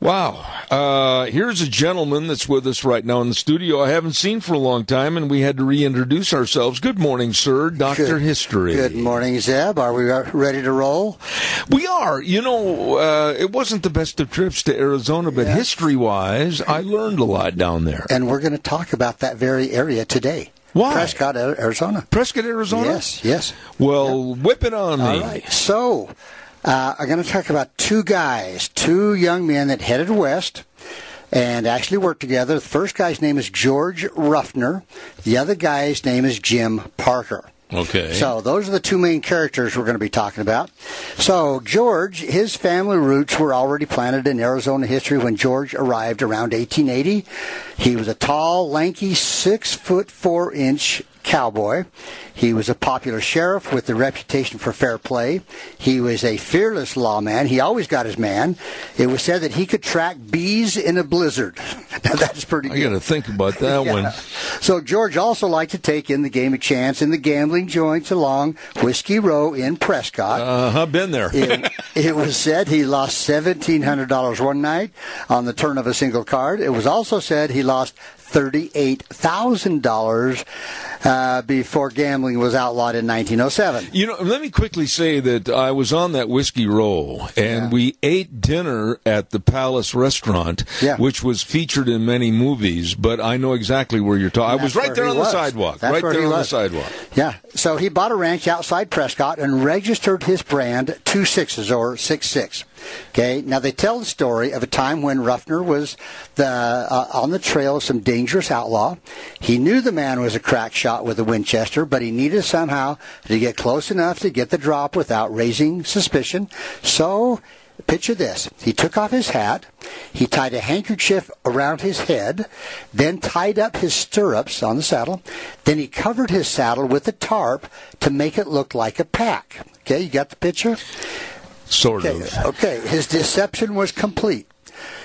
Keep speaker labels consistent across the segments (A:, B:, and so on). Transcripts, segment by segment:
A: Wow. Uh, here's a gentleman that's with us right now in the studio I haven't seen for a long time, and we had to reintroduce ourselves. Good morning, sir, Dr.
B: Good-
A: History.
B: Good morning, Zeb. Are we ready to roll?
A: We are. You know, uh, it wasn't the best of trips to Arizona, but history wise, I learned a lot down there.
B: And we're going to talk about that very area today.
A: Why?
B: Prescott, A- Arizona.
A: Prescott, Arizona?
B: Yes, yes.
A: Well, whip it on
B: All
A: me.
B: right. So, uh, I'm going to talk about two guys, two young men that headed west and actually worked together. The first guy's name is George Ruffner. The other guy's name is Jim Parker.
A: Okay.
B: So those are the two main characters we're going to be talking about. So George, his family roots were already planted in Arizona history when George arrived around 1880. He was a tall, lanky, six foot four inch cowboy. He was a popular sheriff with a reputation for fair play. He was a fearless lawman. He always got his man. It was said that he could track bees in a blizzard. Now that's pretty
A: I
B: good.
A: got to think about that one.
B: So George also liked to take in the game of chance in the gambling joints along Whiskey Row in Prescott.
A: Uh huh. Been there.
B: It, it was said he lost seventeen hundred dollars one night on the turn of a single card. It was also said he lost thirty-eight thousand uh, dollars uh, before gambling was outlawed in nineteen oh seven.
A: You know, let me quickly say that I was on that whiskey roll, and we ate dinner at the Palace Restaurant,
B: Yeah.
A: which was featured in many movies. But I know exactly where you're talking. I was right there on the sidewalk. right there on the sidewalk.
B: Yeah. So he bought a ranch outside Prescott and registered his brand Two Sixes or Six Six. Okay. Now they tell the story of a time when Ruffner was the uh, on the trail of some dangerous outlaw. He knew the man was a crack shot with a Winchester, but he needed somehow to get close enough to get the drop without raising suspicion. So. Picture this. He took off his hat. He tied a handkerchief around his head, then tied up his stirrups on the saddle. Then he covered his saddle with a tarp to make it look like a pack. Okay, you got the picture?
A: Sort
B: Okay,
A: of.
B: okay. his deception was complete.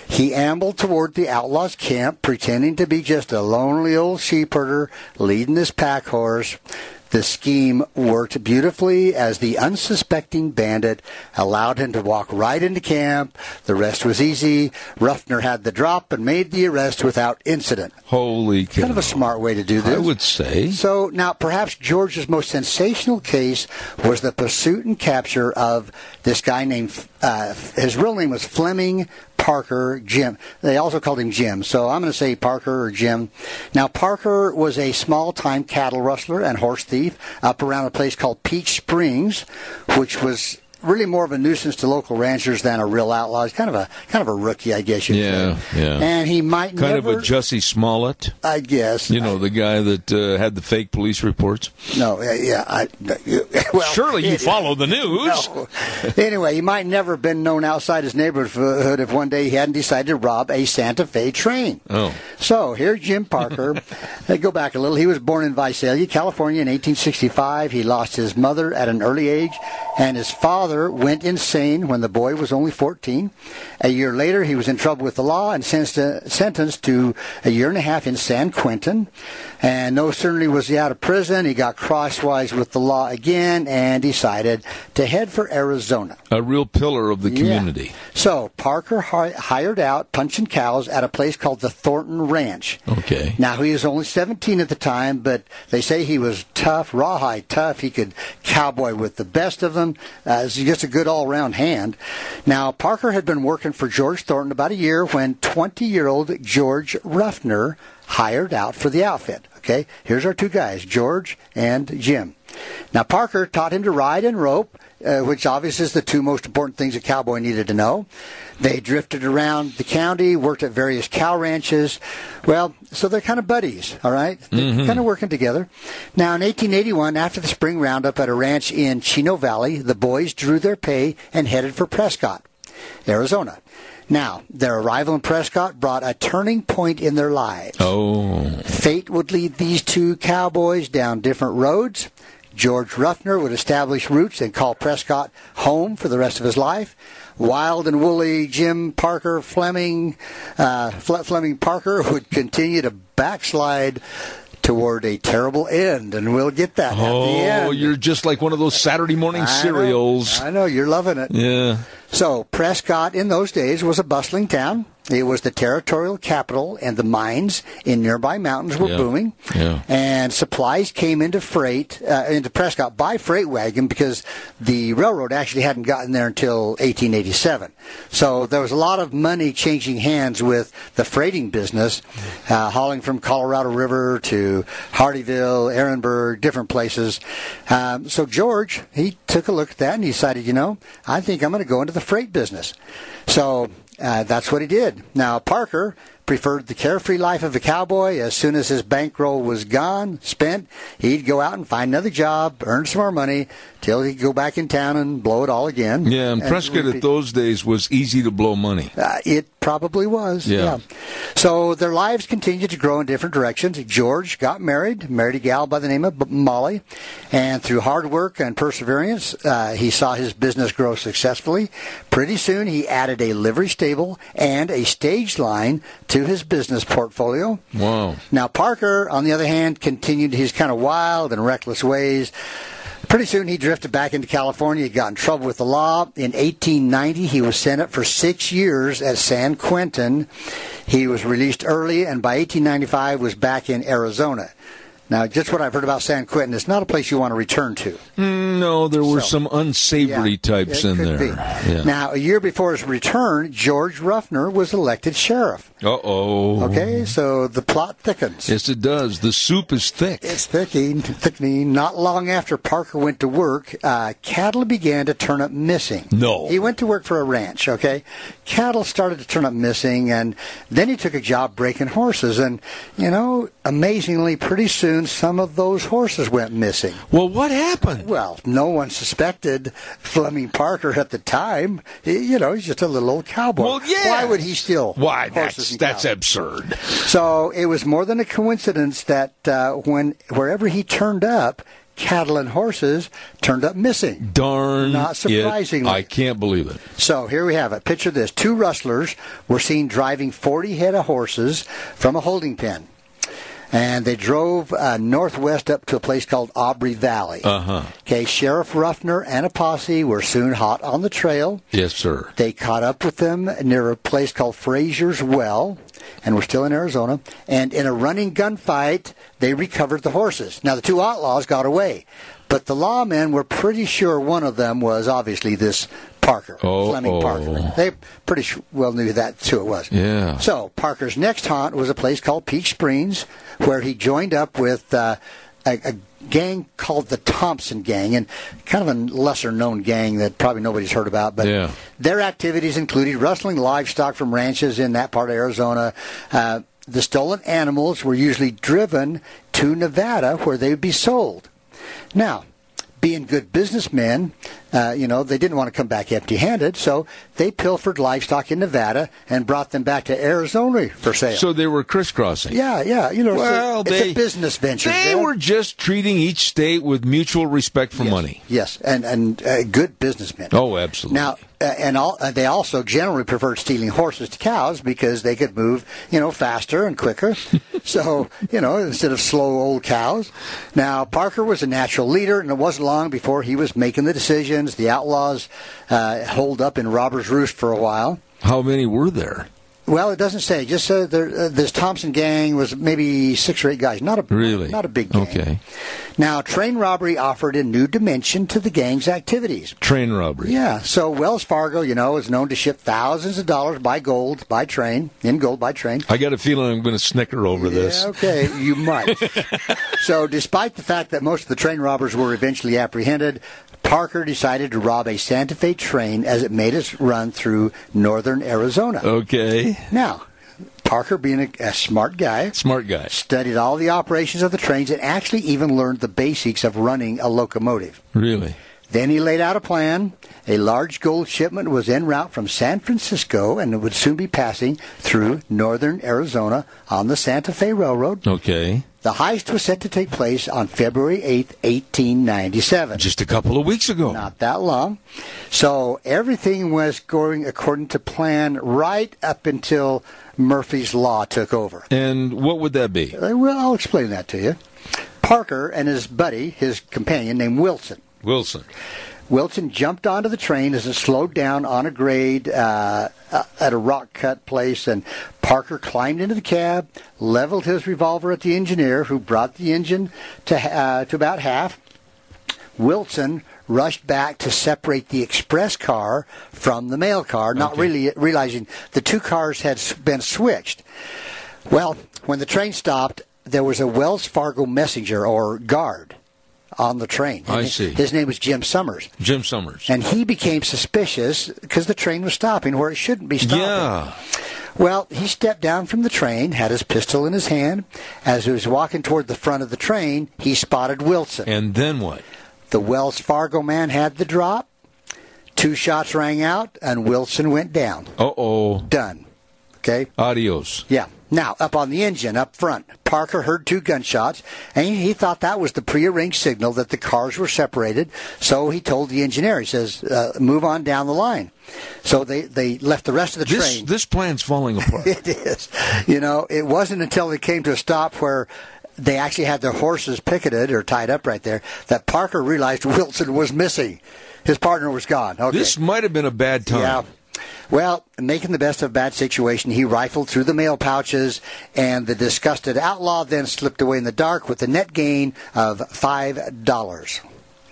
B: He ambled toward the outlaw's camp, pretending to be just a lonely old sheep herder leading his pack horse. The scheme worked beautifully as the unsuspecting bandit allowed him to walk right into camp. The rest was easy. Ruffner had the drop and made the arrest without incident.
A: Holy cow!
B: Kind of a smart way to do this.
A: I would say.
B: So now, perhaps George's most sensational case was the pursuit and capture of this guy named, uh, his real name was Fleming Parker Jim. They also called him Jim, so I'm going to say Parker or Jim. Now, Parker was a small time cattle rustler and horse thief up around a place called Peach Springs, which was. Really, more of a nuisance to local ranchers than a real outlaw. He's kind of a kind of a rookie, I guess you'd
A: Yeah,
B: say.
A: yeah.
B: And he might
A: Kind
B: never,
A: of a Jussie Smollett.
B: I guess.
A: You know, the guy that uh, had the fake police reports.
B: No, yeah, yeah, I, well,
A: Surely you
B: it-
A: follow the news.
B: no. Anyway, he might never have been known outside his neighborhood if one day he hadn't decided to rob a Santa Fe train.
A: Oh.
B: So here's Jim Parker. Let's go back a little. He was born in Visalia, California in 1865. He lost his mother at an early age, and his father went insane when the boy was only 14. A year later, he was in trouble with the law and sens- uh, sentenced to a year and a half in San Quentin. And no sooner was he out of prison, he got crosswise with the law again and decided to head for Arizona.
A: A real pillar of the community.
B: Yeah. So Parker hi- hired out punching cows at a place called the Thornton Ranch.
A: Okay.
B: Now he was only 17 at the time, but they say he was tough, rawhide tough. He could cowboy with the best of them. Uh, he's just a good all-round hand. Now Parker had been working for George Thornton about a year when 20-year-old George Ruffner hired out for the outfit. Okay, here's our two guys, George and Jim. Now Parker taught him to ride and rope, uh, which obviously is the two most important things a cowboy needed to know. They drifted around the county, worked at various cow ranches. Well, so they're kind of buddies, all right? They're kind of working together. Now, in 1881, after the spring roundup at a ranch in Chino Valley, the boys drew their pay and headed for Prescott. Arizona. Now, their arrival in Prescott brought a turning point in their lives.
A: Oh.
B: Fate would lead these two cowboys down different roads. George Ruffner would establish roots and call Prescott home for the rest of his life. Wild and woolly Jim Parker Fleming, uh, Fle- Fleming Parker would continue to backslide toward a terrible end, and we'll get that.
A: Oh, you're just like one of those Saturday morning cereals.
B: I know, I know you're loving it.
A: Yeah.
B: So Prescott in those days was a bustling town. It was the territorial capital, and the mines in nearby mountains were
A: Yeah.
B: booming.
A: Yeah.
B: And supplies came into freight uh, into Prescott by freight wagon because the railroad actually hadn't gotten there until 1887. So there was a lot of money changing hands with the freighting business, uh, hauling from Colorado River to Hardyville, Ehrenberg, different places. Um, so George he took a look at that and he decided, you know, I think I'm going to go into the freight business. So uh, that's what he did. Now, Parker preferred the carefree life of a cowboy. As soon as his bankroll was gone, spent, he'd go out and find another job, earn some more money, till he'd go back in town and blow it all again.
A: Yeah, and Prescott at
B: repeat-
A: those days was easy to blow money.
B: uh, it probably was.
A: Yeah.
B: So their lives continued to grow in different directions. George got married, married a gal by the name of B- Molly, and through hard work and perseverance, uh, he saw his business grow successfully. Pretty soon, he added a livery stable and a stage line to his business portfolio.
A: Wow.
B: Now, Parker, on the other hand, continued his kind of wild and reckless ways. Pretty soon, he drifted back into California. He got in trouble with the law. In 1890, he was sent up for six years at San Quentin. He was released early, and by 1895, was back in Arizona. Now, just what I've heard about San Quentin, it's not a place you want to return to.
A: No, there were
B: So-
A: some unsavory
B: Yeah,
A: types
B: it
A: in
B: could
A: there.
B: be.
A: Yeah.
B: Now, a year before his return, George Ruffner was elected sheriff.
A: Uh oh.
B: Okay, so the plot thickens.
A: Yes, it does. The soup is thick.
B: It's thickening, thickening. Not long after Parker went to work, uh, cattle began to turn up missing.
A: No.
B: He went to work for a ranch, okay? Cattle started to turn up missing, and then he took a job breaking horses. And, you know, amazingly, pretty soon some of those horses went missing.
A: Well, what happened?
B: Well, no one suspected Fleming Parker at the time. He, you know, he's just a little old cowboy.
A: Well, yeah.
B: Why would he steal
A: Why?
B: horses
A: That's
B: and
A: that's
B: cows?
A: absurd.
B: So it was more than a coincidence that uh, when wherever he turned up, cattle and horses turned up missing.
A: Darn.
B: Not
A: it.
B: surprisingly.
A: I can't believe it.
B: So here we have it. Picture this: two rustlers were seen driving 40 head of horses from a holding pen, and they drove uh, northwest up to a place called Aubrey Valley.
A: Uh-huh.
B: Okay, Sheriff Ruffner and a posse were soon hot on the trail.
A: Yes, sir.
B: They caught up with them near a place called Fraser's Well, and we're still in Arizona. And in a running gunfight, they recovered the horses. Now, the two outlaws got away, but the lawmen were pretty sure one of them was obviously this Parker,
A: Oh,
B: Fleming
A: oh.
B: Parker. They pretty sh- well knew that's who it was.
A: Yeah.
B: So Parker's next haunt was a place called Peach Springs, where he joined up with uh, a, a gang called the Thompson Gang, and kind of a lesser-known gang that probably nobody's heard about. But
A: Yeah.
B: their activities included rustling livestock from ranches in that part of Arizona. Uh, the stolen animals were usually driven to Nevada, where they would be sold. Now, being good businessmen, uh, you know, they didn't want to come back empty handed, so they pilfered livestock in Nevada and brought them back to Arizona for sale.
A: So they were crisscrossing.
B: yeah, yeah, you know,
A: Well,
B: it's, a,
A: they,
B: it's a business venture.
A: They
B: Dan.
A: were just treating each state with mutual respect for money.
B: Yes, and and uh, good businessmen.
A: Oh, absolutely.
B: Now, uh, and all, uh, they also generally preferred stealing horses to cows because they could move, you know, faster and quicker. so, you know, instead of slow old cows. Now, Parker was a natural leader, and it wasn't long before he was making the decisions. The outlaws uh, holed up in Robber's Roost for a while.
A: How many were there?
B: Well, it doesn't say. Just uh, there, uh, this Thompson gang was maybe six or eight guys. Not a
A: Really?
B: not a big gang.
A: Okay.
B: Now, train robbery offered a new dimension to the gang's activities.
A: Train robbery.
B: Yeah. So Wells Fargo, you know, is known to ship thousands of dollars by gold by train in gold by train.
A: I got a feeling I'm going to snicker over this.
B: Yeah, okay, you might. so, despite the fact that most of the train robbers were eventually apprehended, Parker decided to rob a Santa Fe train as it made its run through northern Arizona.
A: Oh, Okay.
B: Now, Parker, being a, a smart guy,
A: Smart guy.
B: studied all the operations of the trains and actually even learned the basics of running a locomotive.
A: Really?
B: Then he laid out a plan. A large gold shipment was en route from San Francisco and it would soon be passing through northern Arizona on the Santa Fe Railroad.
A: Okay.
B: The heist was set to take place on February 8, 1897.
A: Just a couple of weeks ago.
B: Not that long. So everything was going according to plan right up until Murphy's Law took over.
A: And what would that be?
B: Uh, Well, I'll explain that to you. Parker and his buddy, his companion named Wilson.
A: Wilson.
B: Wilson jumped onto the train as it slowed down on a grade uh, at a rock cut place, and Parker climbed into the cab, leveled his revolver at the engineer, who brought the engine to, uh, to about half. Wilson rushed back to separate the express car from the mail car, not
A: Okay.
B: really realizing the two cars had s- been switched. Well, when the train stopped, there was a Wells Fargo messenger or guard on the train.
A: I
B: His-
A: see.
B: His name was Jim Summers,
A: Jim Summers.
B: and he became suspicious because the train was stopping where it shouldn't be stopping.
A: yeah.
B: Well, he stepped down from the train, had his pistol in his hand. As he was walking toward the front of the train, he spotted Wilson.
A: And then what?
B: The Wells Fargo man had the drop. Two shots rang out, and Wilson went down.
A: Uh oh.
B: Done. Okay?
A: Adios.
B: Yeah. Now, up on the engine, up front, Parker heard two gunshots, and he, he thought that was the prearranged signal that the cars were separated. So he told the engineer, he says, uh, move on down the line. So they, they left the rest of the
A: This
B: train.
A: this plan's falling apart.
B: It is. You know, it wasn't until they came to a stop where they actually had their horses picketed or tied up right there that Parker realized Wilson was missing. His partner was gone. Okay.
A: This might have been a bad time.
B: yeah. Well, making the best of a bad situation, he rifled through the mail pouches, and the disgusted outlaw then slipped away in the dark with a net gain of $5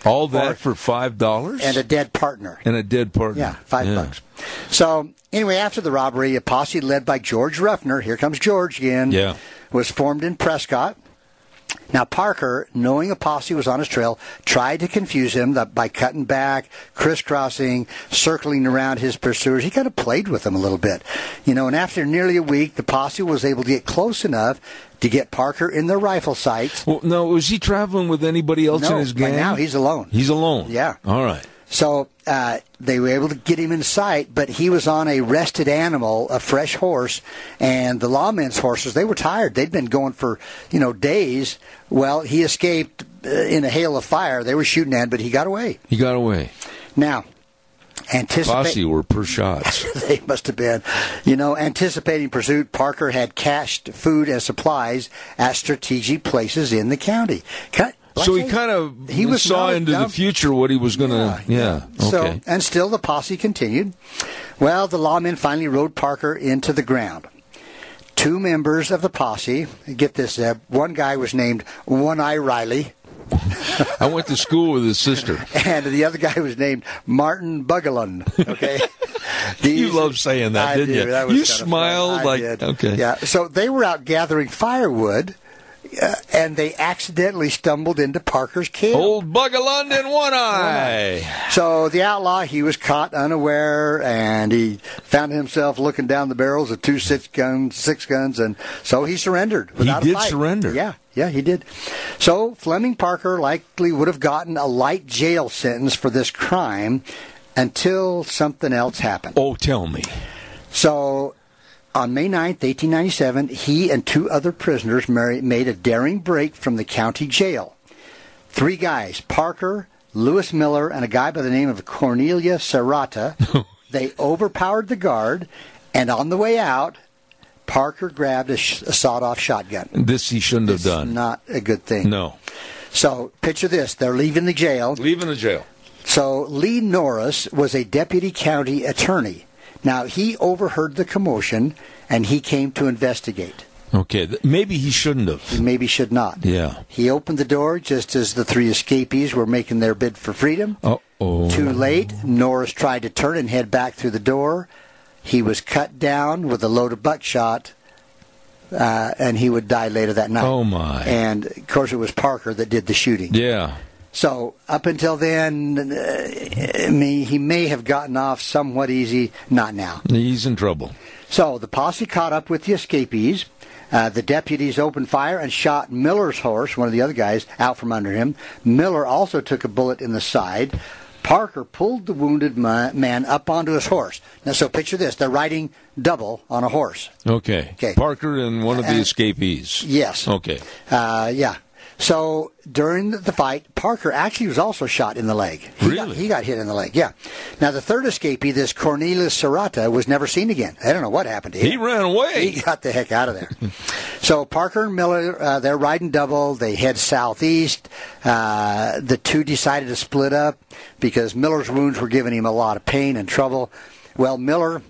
A: All that for five dollars
B: and a dead partner.
A: and a dead partner.
B: Yeah, five bucks. So anyway, after the robbery, a posse led by George Ruffner, here comes George again,
A: Yeah.
B: was formed in Prescott. Now Parker, knowing a posse was on his trail, tried to confuse him that by cutting back, crisscrossing, circling around his pursuers. He kind of played with them a little bit, you know. And after nearly a week, the posse was able to get close enough to get Parker in their rifle sights.
A: Well, no, was he traveling with anybody else
B: No,
A: in his
B: by
A: gang?
B: now he's alone.
A: He's alone.
B: Yeah.
A: All right.
B: So uh, they were able to get him in sight, but he was on a rested animal, a fresh horse, and the lawmen's horses, they were tired. They'd been going for, you know, days. Well, he escaped uh, in a hail of fire. They were shooting at him, but he got away.
A: He got away.
B: Now,
A: Posse
B: anticipate.
A: were per shots.
B: They must have been, you know, anticipating pursuit. Parker had cached food and supplies at strategic places in the county. Kind- like
A: so he
B: I-
A: kind of
B: he was
A: saw
B: not a
A: into the
B: dumb-
A: future what he was going to. Yeah.
B: Ah, So,
A: Okay.
B: and still the posse continued. Well, the lawmen finally rode Parker into the ground. Two members of the posse, get this, Zeb, one guy was named One Eye Riley,
A: I went to school with his sister.
B: and the other guy was named Martin Bugalun. Okay.
A: You
B: These-
A: love saying that,
B: I
A: didn't
B: do.
A: you?
B: That was
A: you
B: kind of fun.
A: smiled
B: I
A: like
B: did.
A: okay.
B: Yeah. So they were out gathering firewood, uh, and they accidentally stumbled into Parker's camp.
A: Old bug of London, one eye.
B: So the outlaw, he was caught unaware, and he found himself looking down the barrels of two six guns, six guns, and so he surrendered. Without
A: did
B: a fight.
A: surrender.
B: Yeah, yeah, he did. So Fleming Parker likely would have gotten a light jail sentence for this crime until something else happened.
A: Oh, tell me.
B: So on May 9th, 1897, he and two other prisoners mar- made a daring break from the county jail. Three guys, Parker, Lewis Miller, and a guy by the name of Cornelia Serrata, they overpowered the guard, and on the way out, Parker grabbed a, sh- a sawed-off shotgun.
A: This he shouldn't have done.
B: Not a good thing.
A: No.
B: So picture this: they're leaving the jail.
A: Leaving the jail.
B: So Lee Norris was a deputy county attorney. Now he overheard the commotion and he came to investigate.
A: Okay. th- Maybe he shouldn't have.
B: He maybe should not.
A: Yeah.
B: He opened the door just as the three escapees were making their bid for freedom.
A: Uh oh.
B: Too late, Norris tried to turn and head back through the door. He was cut down with a load of buckshot, uh, and he would die later that night.
A: Oh, my.
B: And of course, it was Parker that did the shooting.
A: Yeah.
B: So up until then, uh, I mean, he may have gotten off somewhat easy. Not now.
A: He's in trouble.
B: So the posse caught up with the escapees. Uh, the deputies opened fire and shot Miller's horse, one of the other guys, out from under him. Miller also took a bullet in the side. Parker pulled the wounded ma- man up onto his horse. Now, so picture this: they're riding double on a horse.
A: Okay.
B: Okay. Uh,
A: Parker and one of the
B: And-
A: escapees.
B: Yes.
A: Okay.
B: Uh, yeah. So during the fight, Parker actually was also shot in the leg. He
A: Really?
B: Got, he got hit in the leg, yeah. Now, the third escapee, this Cornelius Serrata, was never seen again. I don't know what happened to him.
A: He ran away.
B: He got the heck out of there. so Parker and Miller, uh, they're riding double. They head southeast. Uh, the two decided to split up because Miller's wounds were giving him a lot of pain and trouble. Well, Miller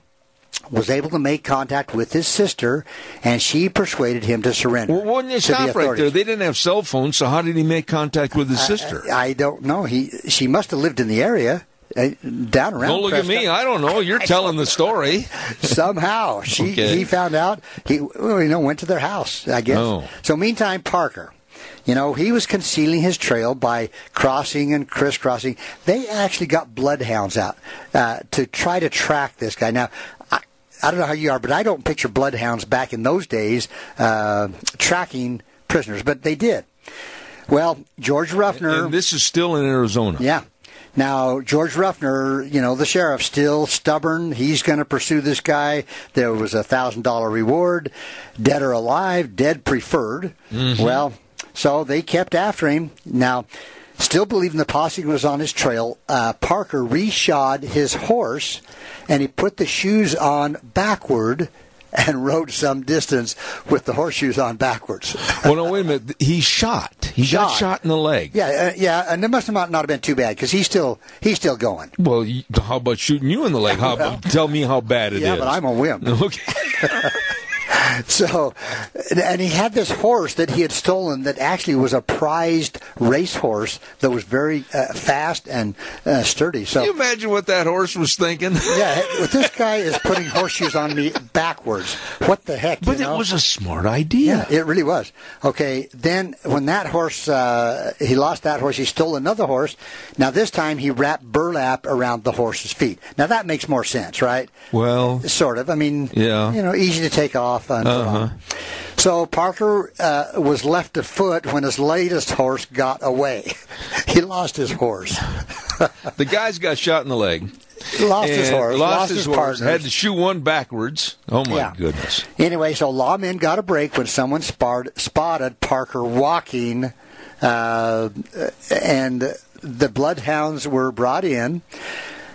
B: was able to make contact with his sister, and she persuaded him to surrender.
A: Well, wouldn't you
B: to the
A: stop right
B: authorities. Uh,
A: there? They didn't have cell phones, so how did he make contact with his sister?
B: I don't know. He she must have lived in the area. uh, Down around.
A: don't look at
B: Prescott.
A: me. I don't know. You're telling the story.
B: somehow she
A: Okay.
B: he found out he well, you know went to their house i guess
A: Oh.
B: so meantime parker you know he was concealing his trail by crossing and crisscrossing they actually got bloodhounds out uh, to try to track this guy now I, I don't know how you are but i don't picture bloodhounds back in those days uh, tracking prisoners but they did well george ruffner
A: And this is still in Arizona.
B: yeah. Now, George Ruffner, you know, the sheriff, still stubborn. He's going to pursue this guy. There was a $1,000 reward, dead or alive, dead preferred. Well, so they kept after him. Now, still believing the posse was on his trail, uh, Parker reshod his horse and he put the shoes on backward and rode some distance with the horseshoes on backwards.
A: Well, no, wait a minute. He shot. He got
B: Shot.
A: shot in the leg.
B: Yeah, uh, yeah, and it must have not, not have been too bad because he's still he's still going.
A: Well, you- how about shooting you in the leg? How about, tell me how bad it is.
B: yeah, but I'm a wimp.
A: Okay.
B: So, and he had this horse that he had stolen that actually was a prized racehorse that was very uh, fast and uh, sturdy.
A: Can you
B: So,
A: imagine what that horse was thinking?
B: yeah, if this guy is putting horseshoes on me backwards. What the heck?
A: But
B: you know?
A: it was a smart idea.
B: Yeah, it really was. Okay, then when that horse, uh, he lost that horse, he stole another horse. Now, this time he wrapped burlap around the horse's feet. Now, that makes more sense, right?
A: Well,
B: Sort of. I mean,
A: Yeah. Uh-huh.
B: you know, easy to take off and put on. So Parker uh, was left afoot when his latest horse got away. he lost his horse.
A: the guy's got shot in the leg.
B: Lost his
A: And
B: horse.
A: Lost, his, horse.
B: partners.
A: Had to shoe one backwards. Oh my
B: Yeah.
A: goodness!
B: Anyway, so lawmen got a break when someone sparred, spotted Parker walking, uh, and the bloodhounds were brought in.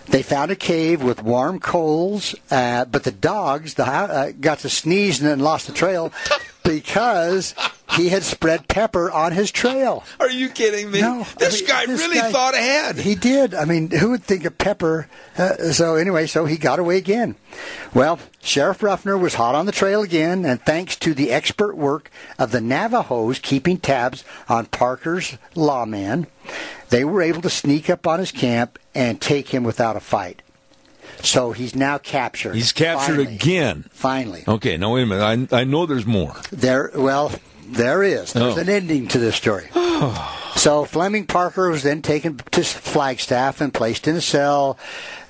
B: They found a cave with warm coals, uh, but the dogs the, hou- uh, got to sneeze and then lost the trail because he had spread pepper on his trail.
A: Are you kidding me?
B: No, I
A: this
B: mean,
A: guy
B: this
A: really
B: guy-
A: thought ahead.
B: He did. I mean, who would think of Pepper? Uh, so anyway, so he got away again. Well, Sheriff Ruffner was hot on the trail again, and thanks to the expert work of the Navajos keeping tabs on Parker's lawman, they were able to sneak up on his camp and take him without a fight. So he's now captured.
A: He's captured
B: Finally.
A: again. Oh,
B: Finally,
A: Okay, now wait a minute. I I know there's more.
B: there. Well, there is. There's
A: Oh.
B: an ending to this story. so Fleming Parker was then taken to Flagstaff and placed in a cell.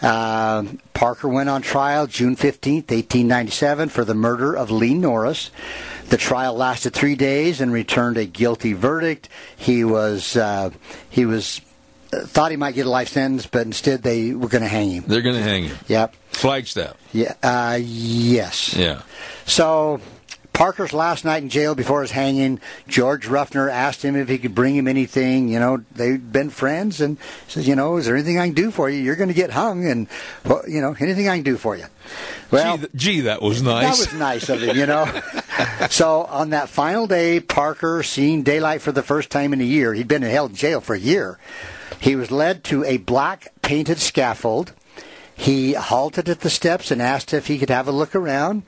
B: Um Parker went on trial June fifteenth, eighteen ninety-seven, for the murder of Lee Norris. The trial lasted three days and returned a guilty verdict. He was uh, he was uh, thought he might get a life sentence, but instead they were going to hang him.
A: They're going to hang him.
B: Yep.
A: Flagstaff.
B: Yeah. Uh, yes.
A: Yeah.
B: So, Parker's last night in jail before his hanging, George Ruffner asked him if he could bring him anything. You know, they'd been friends, and says, "You know, is there anything I can do for you? You're going to get hung, and well, you know, anything I can do for you." Well,
A: gee, th- gee, that was nice.
B: that was nice of him, you know. so on that final day, Parker, seeing daylight for the first time in a year, he'd been in held in jail for a year. He was led to a black painted scaffold. He halted at the steps and asked if he could have a look around.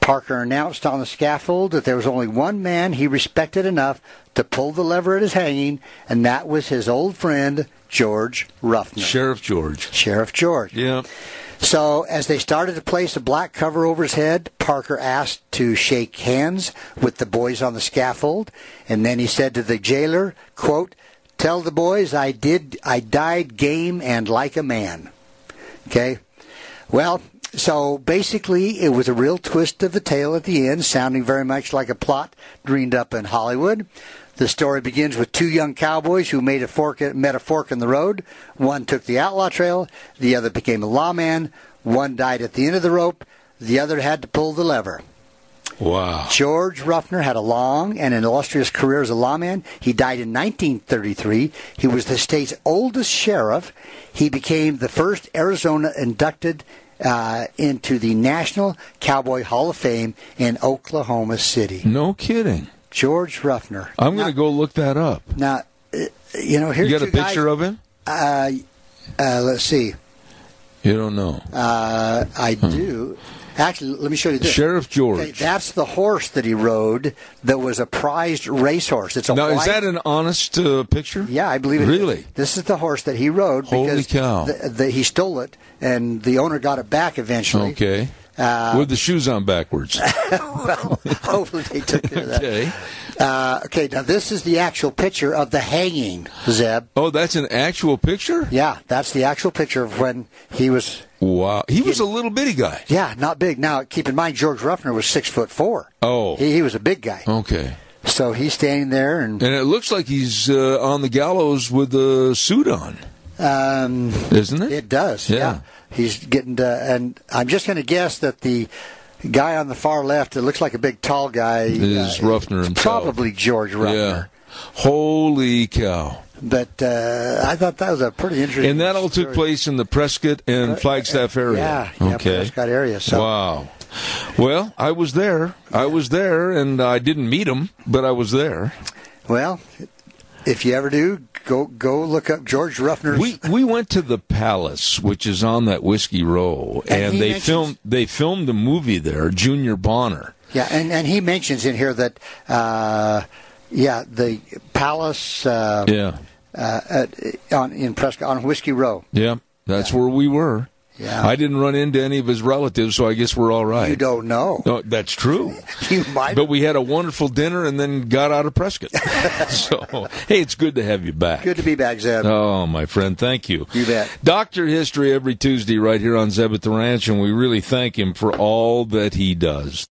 B: Parker announced on the scaffold that there was only one man he respected enough to pull the lever at his hanging, and that was his old friend, George Ruffner.
A: Sheriff George.
B: Sheriff George.
A: Yeah.
B: So, as they started to place a black cover over his head, Parker asked to shake hands with the boys on the scaffold, and then he said to the jailer, quote, "Tell the boys I did I died game and like a man." Okay? Well, so basically it was a real twist of the tale at the end, sounding very much like a plot dreamed up in Hollywood. The story begins with two young cowboys who made a fork, met a fork in the road. One took the outlaw trail, the other became a lawman. One died at the end of the rope, the other had to pull the lever.
A: Wow.
B: George Ruffner had a long and an illustrious career as a lawman. He died in 1933. He was the state's oldest sheriff. He became the first Arizona inducted uh, into the National Cowboy Hall of Fame in Oklahoma City.
A: No kidding.
B: George Ruffner.
A: I'm going to go look that up.
B: Now, uh, you know, here's
A: You got a
B: two guys-
A: picture of him?
B: Uh, uh, let's see.
A: You don't know.
B: Uh, I do. Actually, let me show you this.
A: Hmm. Sheriff
B: Okay,
A: George.
B: that's the horse that he rode that was a prized racehorse. It's a
A: Now, is
B: white-
A: that an honest uh, picture?
B: yeah, I believe it.
A: Really?
B: This is the horse that he rode
A: Holy
B: because
A: cow.
B: The, the, he stole it and the owner got it back eventually.
A: Okay.
B: Uh,
A: With the shoes on backwards.
B: Hopefully they took care of that.
A: okay.
B: Uh, okay, now this is the actual picture of the hanging, Zeb.
A: Oh, that's an actual picture?
B: Yeah, that's the actual picture of when he was.
A: Wow. He was a little bitty guy.
B: Yeah, not big. Now, keep in mind, George Ruffner was six foot four.
A: Oh.
B: He, he was a big guy.
A: Okay.
B: So he's standing there and.
A: And it looks like he's uh, on the gallows with a suit on,
B: Um,
A: isn't it?
B: It does. Yeah.
A: Yeah.
B: He's getting to, and I'm just going to guess that the guy on the far left, it looks like a big tall guy, uh,
A: Is Ruffner
B: it's
A: himself.
B: Probably George
A: yeah.
B: Ruffner.
A: Holy cow.
B: But uh, I thought that was a pretty interesting.
A: And that all took
B: story.
A: place in the Prescott and Flagstaff area.
B: Uh, Yeah, yeah,
A: okay.
B: Prescott area. So
A: Wow. Well, I was there. I was there, and I didn't meet him, but I was there.
B: well, if you ever do, go go look up George Ruffner's.
A: We we went to the Palace, which is on that Whiskey Row,
B: And
A: and,
B: he
A: they
B: mentions-
A: filmed they filmed a movie there, Junior Bonner.
B: yeah, and and he mentions in here that. Uh, yeah, the palace uh,
A: Yeah,
B: uh, at, on in Prescott on Whiskey Row.
A: yeah, that's where we were.
B: Yeah.
A: I didn't run into any of his relatives, so I guess we're all right.
B: You don't know.
A: No, that's true.
B: You might.
A: But we had a wonderful dinner and then got out of Prescott. so, hey, it's good to have you back.
B: Good to be back, Zeb.
A: Oh, my friend, thank you.
B: You bet.
A: Doctor History every Tuesday right here on Zeb at the Ranch, and we really thank him for all that he does.